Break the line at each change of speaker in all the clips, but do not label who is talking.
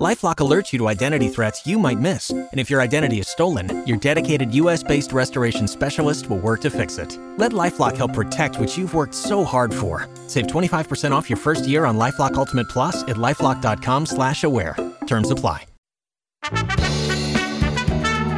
Lifelock alerts you to identity threats you might miss. And if your identity is stolen, your dedicated US based restoration specialist will work to fix it. Let Lifelock help protect what you've worked so hard for. Save 25% off your first year on Lifelock Ultimate Plus at lifelock.com slash aware. Terms apply.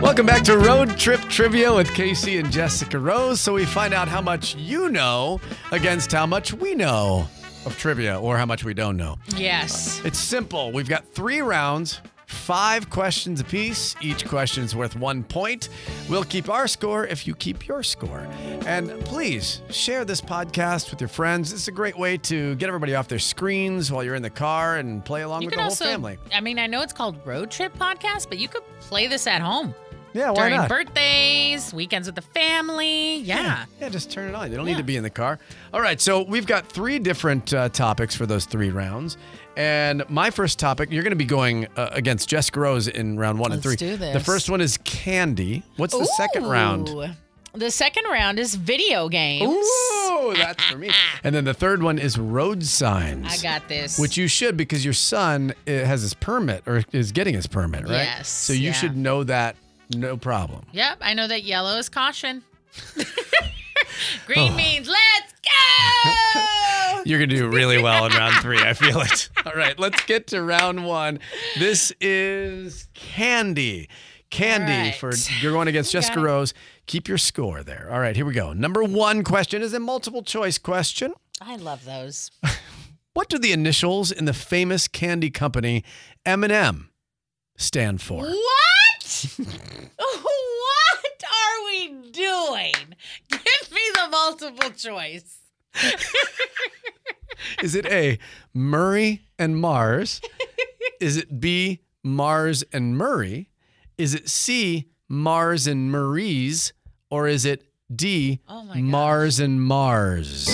Welcome back to Road Trip Trivia with Casey and Jessica Rose. So we find out how much you know against how much we know of trivia or how much we don't know.
Yes.
It's simple. We've got three rounds, five questions apiece. Each question is worth one point. We'll keep our score if you keep your score. And please share this podcast with your friends. It's a great way to get everybody off their screens while you're in the car and play along
You
with
could
the whole
also,
family.
I mean, I know it's called Road Trip Podcast, but you could play this at home
Yeah, why
during
not?
birthdays, weekends with the family. Yeah.
Yeah, just turn it on. They don't need
Yeah.
to be in the car. All right, so we've got three different uh, topics for those three rounds. And my first topic, you're going to be going uh, against Jessica Rose in round one and
Let's
three.
do
The
this.
first one is candy. What's the second round?
Ooh. The second round is video games.
Ooh, that's for me. And then the third one is road signs.
I got this.
Which you should because your son uh, has his permit or is getting his permit, right?
Yes,
So you
yeah.
should know that, no problem.
Yep, I know that yellow is caution.
Oh.
Green means let's go.
You're going to do really well in round three. I feel it. All right, let's get to round one. This is Candy. Candy
All right.
for you're going against Jessica
it.
Rose. Keep your score there. All right, here we go. Number one question is a multiple choice question.
I love those.
What do the initials in the famous candy company M&M stand for?
What? what are we doing? Give me the multiple choice.
Is it A, Murray and Mars? Is it B, Mars and Murray? Is it C, Mars and Marie's? Or is it D,
Oh my gosh.
Mars and Mars?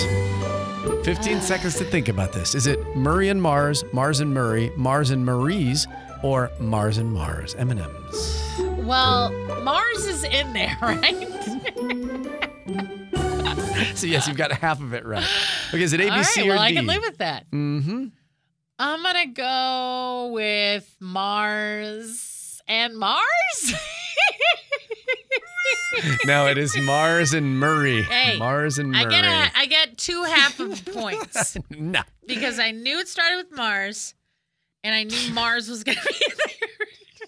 15 seconds to think about this. Is it Murray and Mars, Mars and Murray, Mars and Marie's, or Mars and Mars, M&M's?
Well, Mars is in there, right?
So yes, you've got half of it right. Okay, is it A, B,
All right,
C,
well,
or
I
D?
can live with that.
mm-hmm.
I'm gonna go with Mars and Mars.
No, it is Mars and Murray.
Hey,
Mars and Murray.
I get a, I get two half of points
no.
because I knew it started with Mars, and I knew Mars was gonna be there.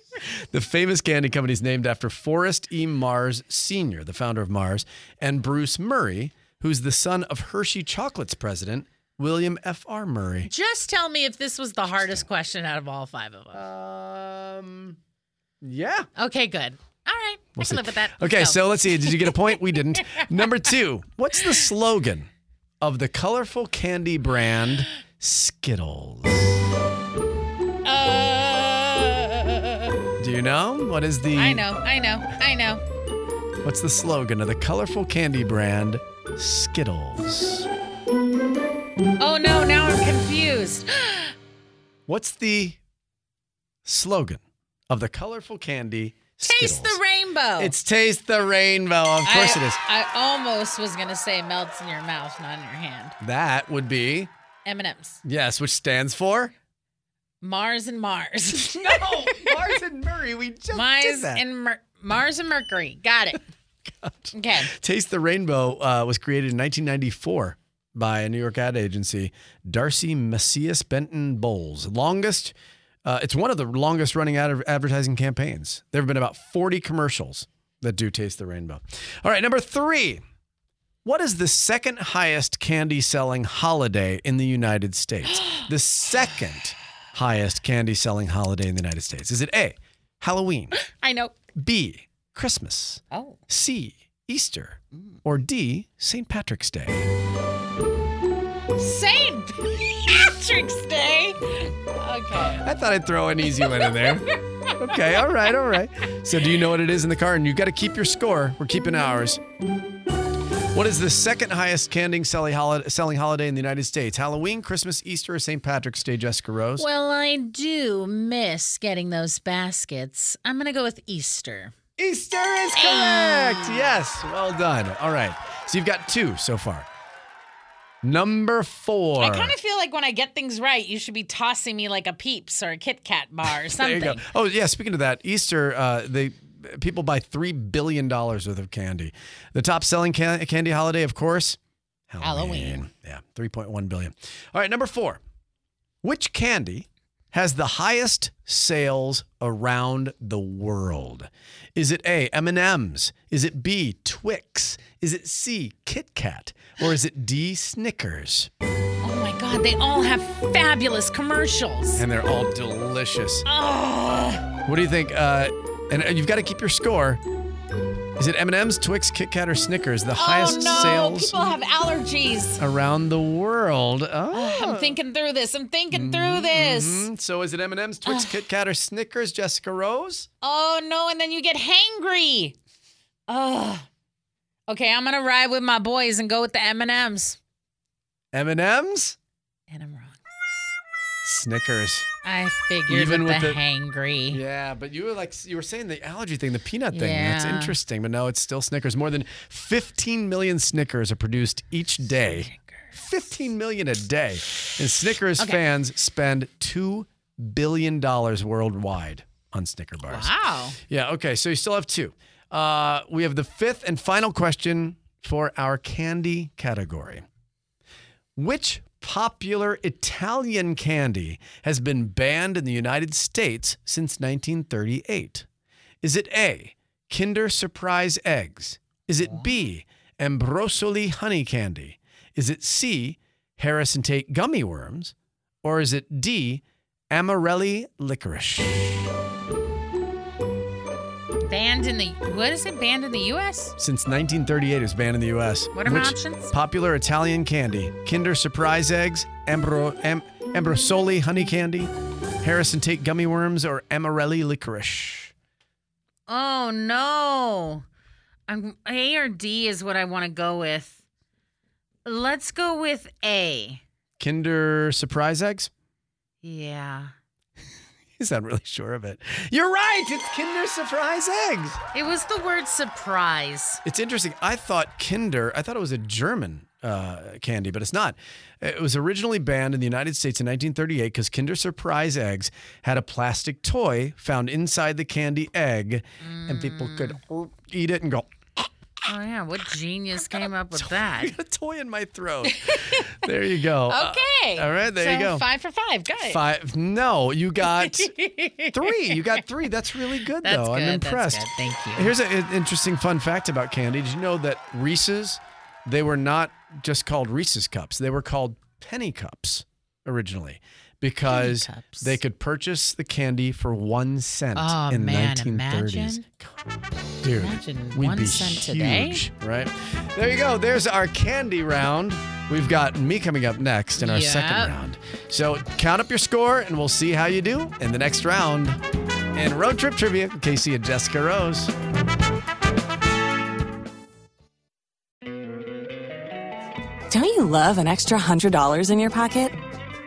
The famous candy company is named after Forrest E. Mars Sr., the founder of Mars, and Bruce Murray, who's the son of Hershey Chocolates president, William F.R. Murray.
Just tell me if this was the hardest question out of all five of them.
Um, yeah.
Okay, good. All right, I can live with that.
Okay,
Let's go.
so let's see. Did you get a point? We didn't. Number two, what's the slogan of the colorful candy brand Skittles?
Uh,
Do you know? What is the
I know, I know, I know.
What's the slogan of the colorful candy brand Skittles?
Oh no, now I'm confused.
What's the slogan of the colorful candy Skittles?
Taste the rainbow.
It's taste the rainbow. Of course
I,
it is.
I almost was gonna say melts in your mouth, not in your hand.
That would be
M and M's,
yes, which stands for
Mars and Mars,
no Mars and Murray. We just did
Mars
that.
and Mer- Mars and Mercury. Got it. Okay.
Taste the Rainbow uh, was created in 1994 by a New York ad agency, Darcy Macias Benton Bowles. Longest, uh, it's one of the longest running ad- advertising campaigns. There have been about 40 commercials that do Taste the Rainbow. All right, number three. What is the second highest candy selling holiday in the United States? the second highest candy selling holiday in the United States. Is it A, Halloween,
I know.
B, Christmas?
Oh.
C. Easter, or D. St. Patrick's Day.
Saint Patrick's Day. Okay.
I thought I'd throw an easy one in there. Okay, all right, all right. So, do you know what it is in the car? And you got to keep your score. We're keeping ours. What is the second highest candy selling holiday, selling holiday in the United States? Halloween, Christmas, Easter, or St. Patrick's Day, Jessica Rose?
Well, I do miss getting those baskets. I'm going to go with Easter.
Easter is correct. Yes, well done. All right. So you've got two so far. Number four.
I kind of feel like when I get things right, you should be tossing me like a Peeps or a Kit Kat bar or
There
something.
you go. Oh yeah. Speaking of that, Easter, uh, they people buy three billion dollars worth of candy. The top selling can- candy holiday, of course,
Halloween.
Yeah, three point one billion. All right, number four. Which candy has the highest sales around the world? Is it A. M and M's? Is it B. Twix? Is it C. Kit Kat? Or is it D. Snickers?
Oh my God, they all have fabulous commercials.
And they're all delicious.
Oh,
What do you think? Uh, and uh, you've got to keep your score. Is it M&M's, Twix, Kit Kat, or Snickers? The highest
oh no,
sales
people have allergies.
around the world. Oh.
I'm thinking through this. I'm thinking through this.
Mm, So is it M&M's, Twix, Kit Kat, or Snickers, Jessica Rose?
Oh no, and then you get hangry. Ugh. Okay, I'm gonna ride with my boys and go with the M and M's.
M&M's,
And I'm wrong.
Snickers.
I figured
Even
with,
with
the,
the-
hangry.
Yeah, but you were like you were saying the allergy thing, the peanut thing. That's
Yeah.
interesting, but no, it's still Snickers. More than 15 million Snickers are produced each day. 15 million a day. And Snickers
Okay.
fans spend 2 billion dollars worldwide on Snicker bars.
Wow.
Yeah, okay. So you still have two. Uh, we have the fifth and final question for our candy category. Which popular Italian candy has been banned in the United States since 1938? Is it A, Kinder Surprise Eggs? Is it B, Ambrosoli Honey Candy? Is it C, Harrison Tate Gummy Worms? Or is it D, Amarelli Licorice?
Banned in the what is it? Banned in the U.S.
Since 1938, it was banned in the U.S.
What are my
Which
options?
Popular Italian candy: Kinder Surprise eggs, Ambro, Am, Ambrosoli honey candy, Harrison Tate gummy worms, or Amarelli licorice.
Oh no. I'm A or D is what I want to go with. Let's go with A.
Kinder Surprise eggs.
Yeah.
He's not really sure of it. You're right. It's Kinder Surprise eggs.
It was the word surprise.
It's interesting. I thought Kinder, I thought it was a German uh, candy, but it's not. It was originally banned in the United States in 1938 because Kinder Surprise eggs had a plastic toy found inside the candy egg, and people
Mm.
could eat it and go,
Oh yeah, what genius came up with that?
I got a toy in my throat. there you go. Uh,
Okay.
all right, there
so
you go.
Five for five. Got it.
Five. No, you got three. You got three. That's really good,
That's
though.
good.
I'm
that's
impressed.
good. Thank you.
Here's a- an interesting fun fact about candy. Did you know that Reese's, they were not just called Reese's cups, they were called penny cups originally because
Penny cups.
they could purchase the candy for one cent
Oh,
in the
man,
1930s.
imagine.
Dude,
Imagine
we'd
one
be
cent today.
huge, right? There you go. There's our candy round. We've got me coming up next in our
Yep.
second round. So count up your score and we'll see how you do in the next round. And road trip trivia, with Casey and Jessica Rose.
Don't you love an extra $100 in your pocket?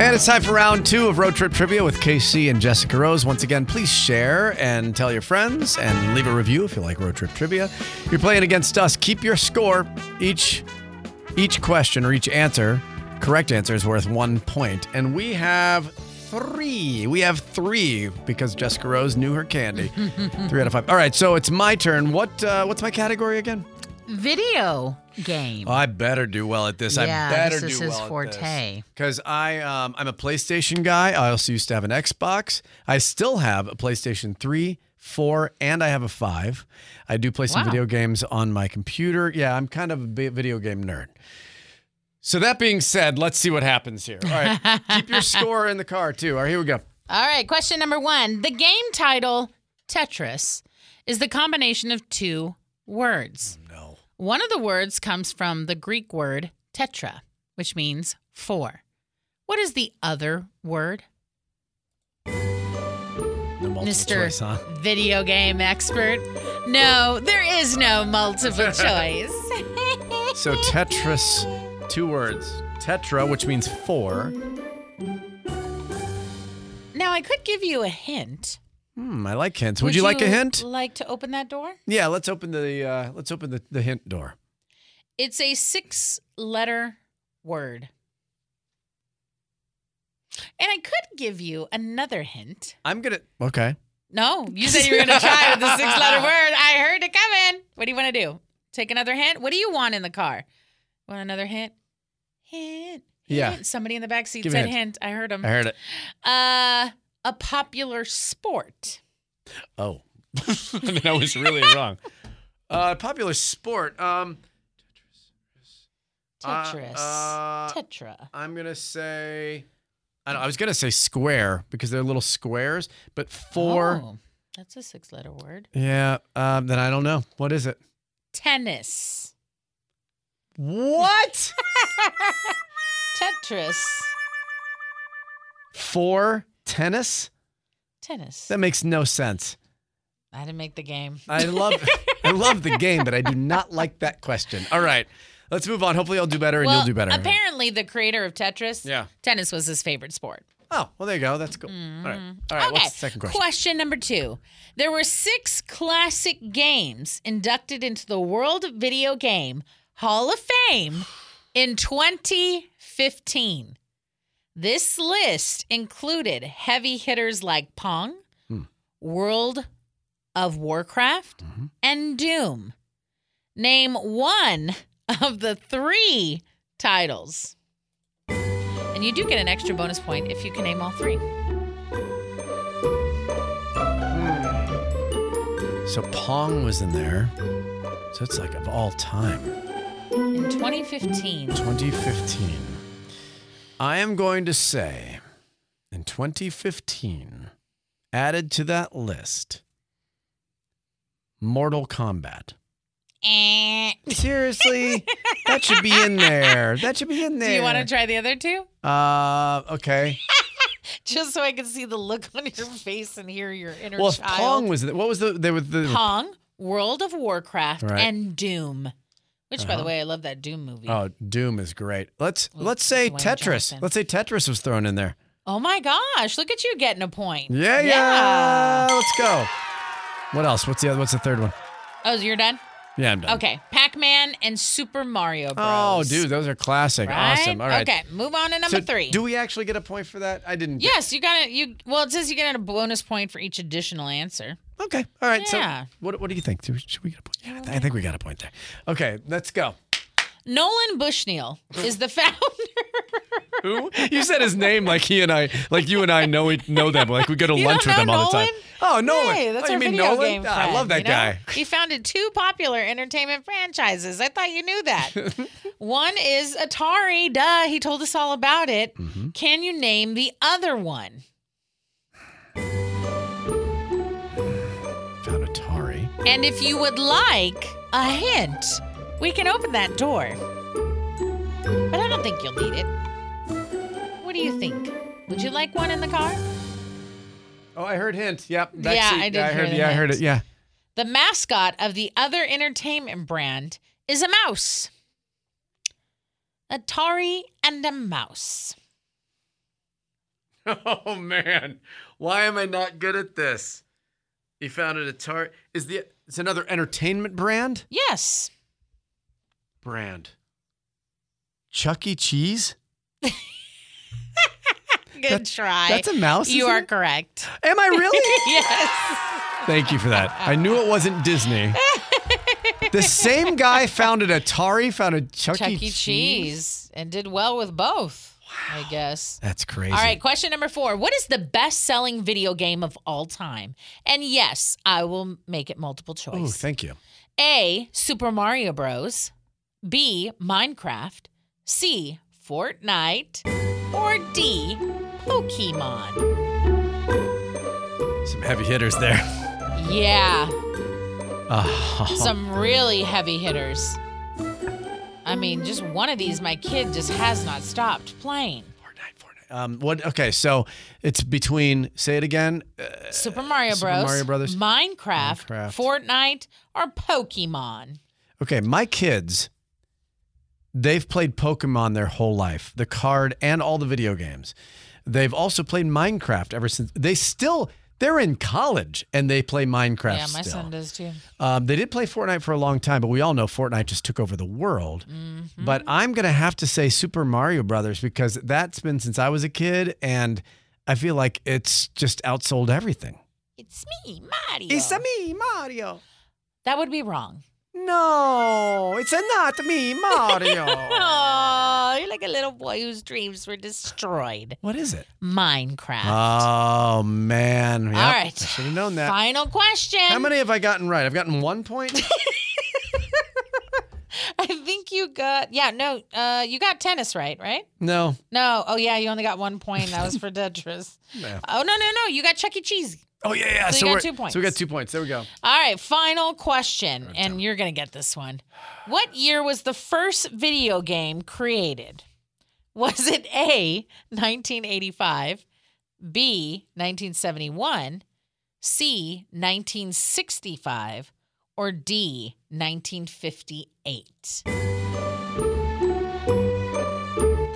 And it's time for round two of Road Trip Trivia with KC and Jessica Rose. Once again, please share and tell your friends and leave a review if you like Road Trip Trivia. You're playing against us. Keep your score. Each each question or each answer, correct answer is worth one point. And we have three. We have three because Jessica Rose knew her candy. three out of five. All right, so it's my turn. What uh, what's my category again?
Video game.
Oh, I better do well at this.
Yeah,
I better
this is
do
his
well
forte.
Because I, um, I'm a PlayStation guy. I also used to have an Xbox. I still have a PlayStation Three, Four, and I have a Five. I do play some
Wow.
video games on my computer. Yeah, I'm kind of a bi- video game nerd. So that being said, let's see what happens here. All right. Keep your score in the car too. All right, here we go.
All right, question number one. The game title, Tetris, is the combination of two words.
No.
One of the words comes from the Greek word tetra, which means four. What is the other word?
No multiple
Mr.
choice, huh?
Video game expert. No, there is no multiple choice.
So Tetris, two words. Tetra, which means four.
Now, I could give you a hint.
Hmm, I like hints. Would, you, like a hint?
Like to open that door?
Yeah, let's open the uh, let's open the, the hint door.
It's a six letter word. And I could give you another hint.
I'm gonna Okay.
No, you said you were going to try with the six letter word. I heard it coming. What do you want to do? Take another hint? What do you want in the car? Want another hint? Hint.
Yeah.
hint. Somebody in the back seat
Give me a
said hint. I heard him.
I heard it.
Uh, a popular sport.
Oh. I mean, I was really wrong. Uh, popular sport. Um Uh,
Tetris.
uh,
Tetra.
I'm gonna say I, don't, I was gonna say square because they're little squares, but four.
Oh, that's a six letter word.
Yeah. Um, then I don't know. What is it?
Tennis.
What?
Tetris.
Four tennis?
Tennis.
That makes no sense.
I didn't make the game.
I love I love the game, but I do not like that question. All right. Let's move on. Hopefully I'll do better and
well,
you'll do better.
Apparently, the creator of Tetris,
Yeah.
tennis was his favorite sport.
Oh, well there you go. That's cool. All right. All right,
Mm-hmm. okay.
what's the second question?
number two. There were six classic games inducted into the World Video Game Hall of Fame in 2015. This list included heavy hitters like Pong,
Hmm.
World of Warcraft,
Mm-hmm.
and Doom. Name one of the three titles. And you do get an extra bonus point if you can name all three.
So Pong was in there. So it's like of all time.
In 2015,
2015. I am going to say in 2015, added to that list, Mortal Kombat.
Eh.
Seriously, that should be in there. That should be in there.
Do you want to try the other two?
try? Uh, okay.
Just so I can see the look on your face and hear your inner
Well, if Pong
child.
was the, what was the there was the
Pong, World of Warcraft,
Right. Uh-huh.
and Doom. Which, by the way, I love that Doom movie.
oh Doom is great. Let's
With
let's say
Dwayne
Tetris.
Johnson.
Let's say Tetris was thrown in there.
Oh my gosh! Look at you getting a point.
Yeah, yeah. Let's go. What else? What's the other, what's the third one?
Oh, you're done.
Yeah, I'm done.
Okay, Pac-Man and Super Mario Bros.
Oh, dude, those are classic.
Right?
Awesome. All right.
Okay, move on to number
So
three.
Do we actually get a point for that? I didn't. get-
yes, you got it. You well, it says you get a bonus point for each additional answer.
Okay. All right.
Yeah.
So what, what do you think? Do we- Should we get a point? Yeah, I th- I think we got a point there. Okay, let's go.
Nolan Bushnell is the founder.
Who? You said his name like he and I, like you and I know we know them. Like we go to
You
lunch
don't
with them
know
all the time. Oh, Nolan.
Hey, that's
oh, you
our
mean
video
Nolan?
game
Ah, I
friend,
love that
you know?
guy.
He founded two popular entertainment franchises. I thought you knew that. one is Atari. Duh, he told us all about it.
Mm-hmm.
Can you name the other one?
Found Atari.
And if you would like a hint, we can open that door. But I don't think you'll need it. What do you think? Would you like one in the car?
Oh, I heard hint. Yep.
Yeah,
backseat.
I did
I
hear
heard.
the
yeah, I heard it.
hint.
Yeah.
The mascot of the other entertainment brand is a mouse. Atari and a mouse.
Oh man, why am I not good at this? He founded Atari. Is the it's another entertainment brand?
Yes.
Brand. Chuck E. Cheese.
Good try.
that's a mouse,
You
isn't
are
it?
correct.
Am I really?
Yes.
Thank you for that. I knew it wasn't Disney. the same guy founded Atari, founded Chuck,
Chuck E. Cheese and did well with both, I guess.
That's crazy.
All right, question number four. What is the best selling video game of all time? And yes, I will make it multiple
Oh,
choice.
thank you.
A. Super Mario Bros. B. Minecraft. C. Fortnite, or D. Pokemon?
Some heavy hitters there.
Yeah,
Oh,
some really heavy hitters. I mean, just one of these, my kid just has not stopped playing.
Fortnite, Fortnite. Um, what? Okay, so it's between. Say it again. Uh,
Super Mario
Super
Bros.
Mario Brothers.
Minecraft,
Minecraft.
Fortnite, or Pokemon.
okay, my kids. They've played Pokemon their whole life, the card and all the video games. They've also played Minecraft ever since. They still they're in college and they play Minecraft.
yeah, my
still.
son does too.
Um, they did play Fortnite for a long time, but we all know Fortnite just took over the world.
Mm-hmm.
But I'm gonna have to say Super Mario Brothers because that's been since I was a kid, and I feel like it's just outsold everything.
It's me, Mario.
me Mario.
That would be wrong.
No, it's a not me Mario.
Oh, you're like a little boy whose dreams were destroyed.
what is it?
Minecraft.
Oh man! Yep,
All right.
I should have known that.
Final question.
How many have I gotten right? I've gotten one point.
I think you got yeah, no, uh you got tennis right, right?
no.
No. Oh yeah, you only got one point. That was for Tetris.
Yeah.
Oh no, no, no. You got Chuck E. Cheese.
Oh yeah, yeah.
So you got
we're-
two points.
So we got two points. There we go.
All right, final question, and you're going to get this one. What year was the first video game created? Was it A, 1985, B, 1971, C, 1965, or D, 1958?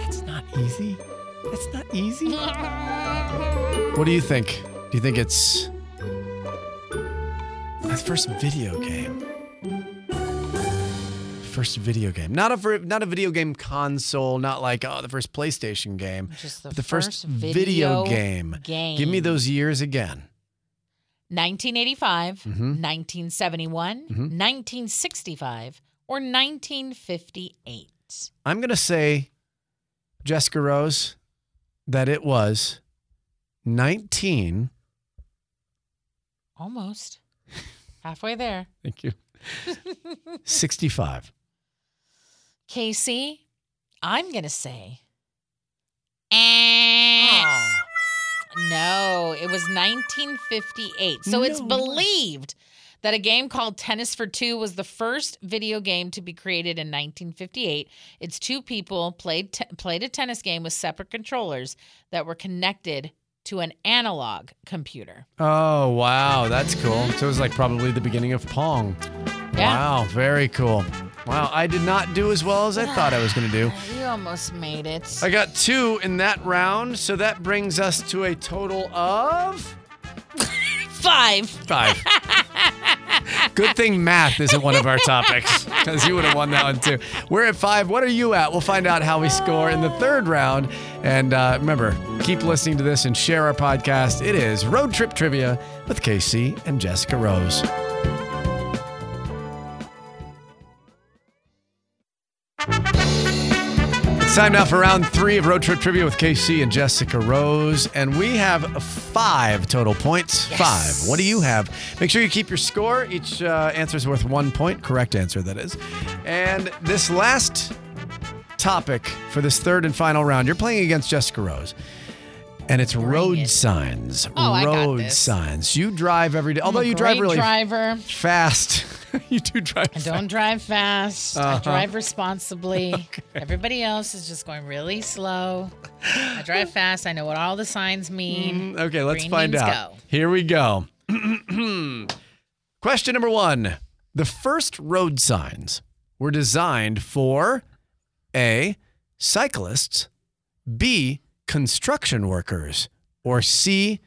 That's not easy. That's not easy. What do you think? Do you think it's my first video game? First video game, not a ver- not a video game console, not like oh the first PlayStation game,
Just
but the first, video, game.
game.
Give me those years again.
1985,
Mhm.
1971, 1965, or 1958?
I'm gonna say, Jessica Rose, that it was 19.
Almost. Halfway there.
Thank you. 65.
Casey, I'm going to say. No, it was 1958. So it's
No.
believed that a game called Tennis for Two was the first video game to be created in 1958. It's two people played te- played a tennis game with separate controllers that were connected to an analog computer.
Oh, wow. That's cool. So it was like probably the beginning of Pong.
Yeah.
Wow. Very cool. Wow. I did not do as well as I thought I was going to do.
Oh, You almost made it.
I got two in that round. So that brings us to a total of
Five.
five. Good thing math isn't one of our topics because you would have won that one too. We're at five. What are you at? We'll find out how we score in the third round. And uh, remember, keep listening to this and share our podcast. It is Road Trip Trivia with Casey and Jessica Rose. It's time now for round three of Road Trip Trivia with KC and Jessica Rose. And we have five total points. Five. What do you have? Make sure you keep your score. Each uh, answer is worth one point. Correct answer, that is. And this last topic for this third and final round, you're playing against Jessica Rose. And it's road
it.
signs.
Oh, I
road
got this.
signs. You drive every day. Although you drive
Great
really
driver.
fast. you do drive
I
fast.
don't drive fast.
Uh-huh.
I drive responsibly. Everybody else is just going really slow. I drive fast. I know what all the signs mean.
Okay, let's
Green
find
means
out.
go.
Here we go. Question number one The first road signs were designed for A, cyclists, B, construction workers, or C,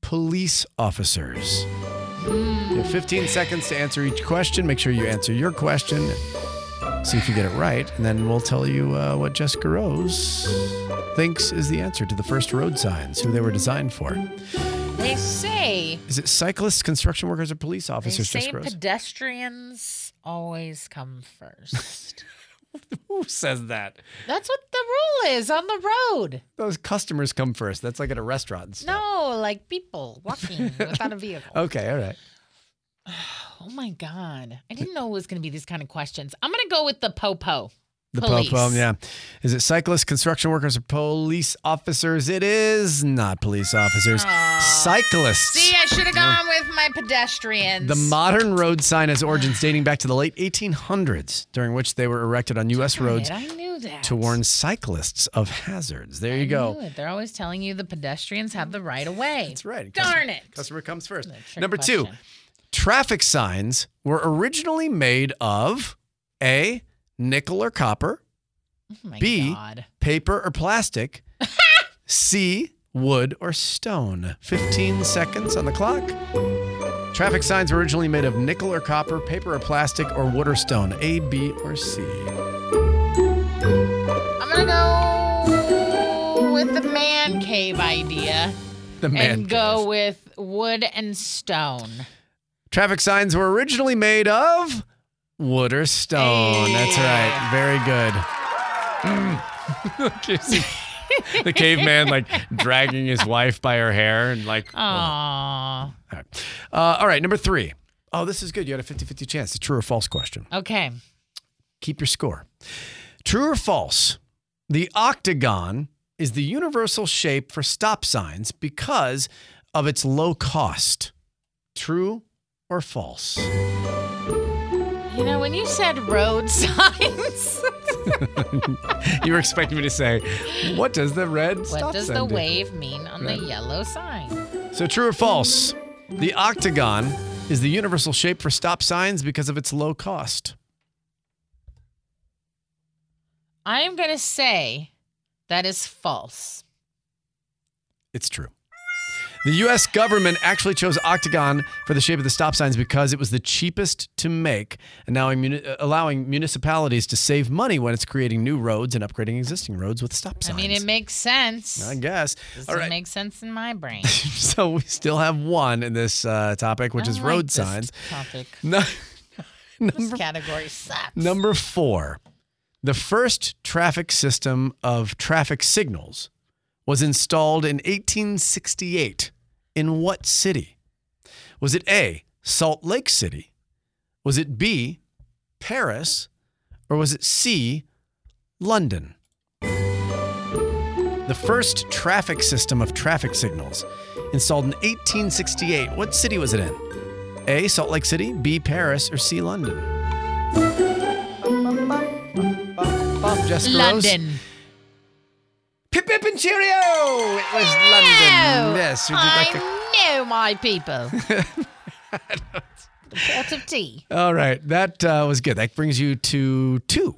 police officers.
Hmm.
You have 15 seconds to answer each question. Make sure you answer your question. See if you get it right, and then we'll tell you uh, what Jessica Rose thinks is the answer to the first road signs, who they were designed for. Mm-hmm.
They say
Is it cyclists, construction workers, or police
they
officers?
say
Jessica Rose?
pedestrians always come first.
Who says that?
That's what the rule is on the road.
Those customers come first. That's like at a restaurant. and stuff.
No, like people walking without a vehicle.
Okay, all right.
Oh my god. I didn't know it was going to be these kind of questions. I'm going to go with the popo.
The
Police.
problem, yeah. Is it cyclists, construction workers, or police officers? It is not police officers. Cyclists.
See, I should have gone with my pedestrians.
The modern road sign has origins dating back to the late 1800s, during which they were erected on U.S. roads
I knew that.
to warn cyclists of hazards. There you
I knew
go.
it. They're always telling you the pedestrians have the right of way.
That's right.
Darn
Customer-
it.
Customer comes first.
trick
Number two,
question. Oh
traffic signs were originally made of A, nickel or copper,
Oh my
B,
God.
paper or plastic, C, wood or stone. 15 seconds on the clock. Traffic signs were originally made of nickel or copper, paper or plastic, or wood or stone. A, B, or C.
I'm going to go with the man cave idea
The man.
and go with wood and stone.
Traffic signs were originally made of wood or stone. That's right. Very good. the caveman like dragging his wife by her hair and like
Aww.
All right. Uh, all right, number three. Oh, this is good. You had a 50 50 chance. A true or false question.
Okay.
Keep your score. True or false? The octagon is the universal shape for stop signs because of its low cost. True or false?
You know, when you said road signs,
You were expecting me to say, what does the red
what
stop
does
sign
the
do?"
wave mean on the yellow sign?
So true or false? The octagon is the universal shape for stop signs because of its low cost.
I am going to say that is false.
It's true. The US government actually chose Octagon for the shape of the stop signs because it was the cheapest to make, and now immuni- uh, allowing municipalities to save money when it's creating new roads and upgrading existing roads with stop signs.
I mean, it makes sense.
I guess.
Doesn't
All right.
make sense in my brain.
so we still have one in this uh, topic, which
I
is
don't
road
like this
signs.
Topic.
No-
This category sucks.
Number four, the first traffic system of traffic signals was installed in 1868. In what city? Was it A, Salt Lake City? Was it B, Paris? Or was it C, London? The first traffic system of traffic signals installed in 1868. What city was it in? A, Salt Lake City, B, Paris, or C, London? Bob Jessica Rose.
London.
Pip pip and cheerio! It was
No,
London. Yes, we did like the-
I know my people. the pot of tea.
All right, that uh, was good. That brings you to two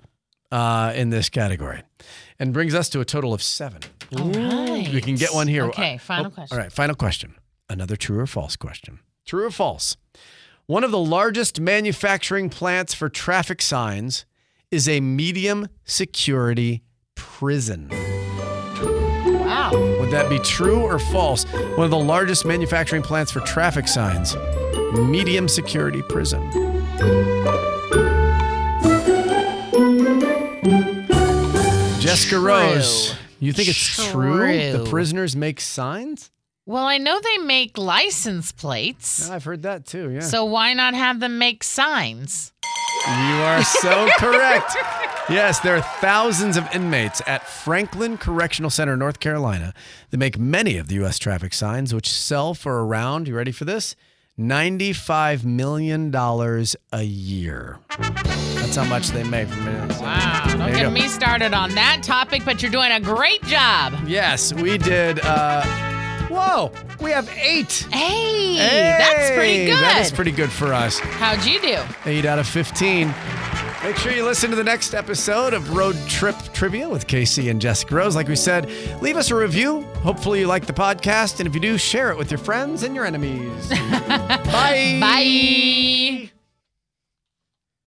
uh, in this category, and brings us to a total of seven.
All right.
We can get one here. Oh,
Okay, final question.
All right, final question. Another true or false question. True or false? One of the largest manufacturing plants for traffic signs is a medium security prison.
Wow.
Would that be true or false? One of the largest manufacturing plants for traffic signs, medium security prison. Jessica
True.
Rose, you think it's true. The
True.
prisoners make signs?
Well, I know they make license plates.
Yeah, I've heard that too, Ah, yeah.
So why not have them make signs?
You are so correct. Yes, there are thousands of inmates at Franklin Correctional Center, North Carolina, that make many of the U.S. traffic signs, which sell for around, you ready for this? $95 million a year. That's how much they make from it.
Wow. Don't
you
get
go.
me started on that topic, but you're doing a great job.
Yes, we did. Uh, whoa, we have eight.
Hey, that's pretty
Hey,
good.
That is pretty good for us.
How'd you do?
8 out of 15. Make sure you listen to the next episode of Road Trip Trivia with Casey and Jessica Rose. Like we said, leave us a review. Hopefully, you like the podcast. And if you do, share it with your friends and your enemies. Bye.
Bye.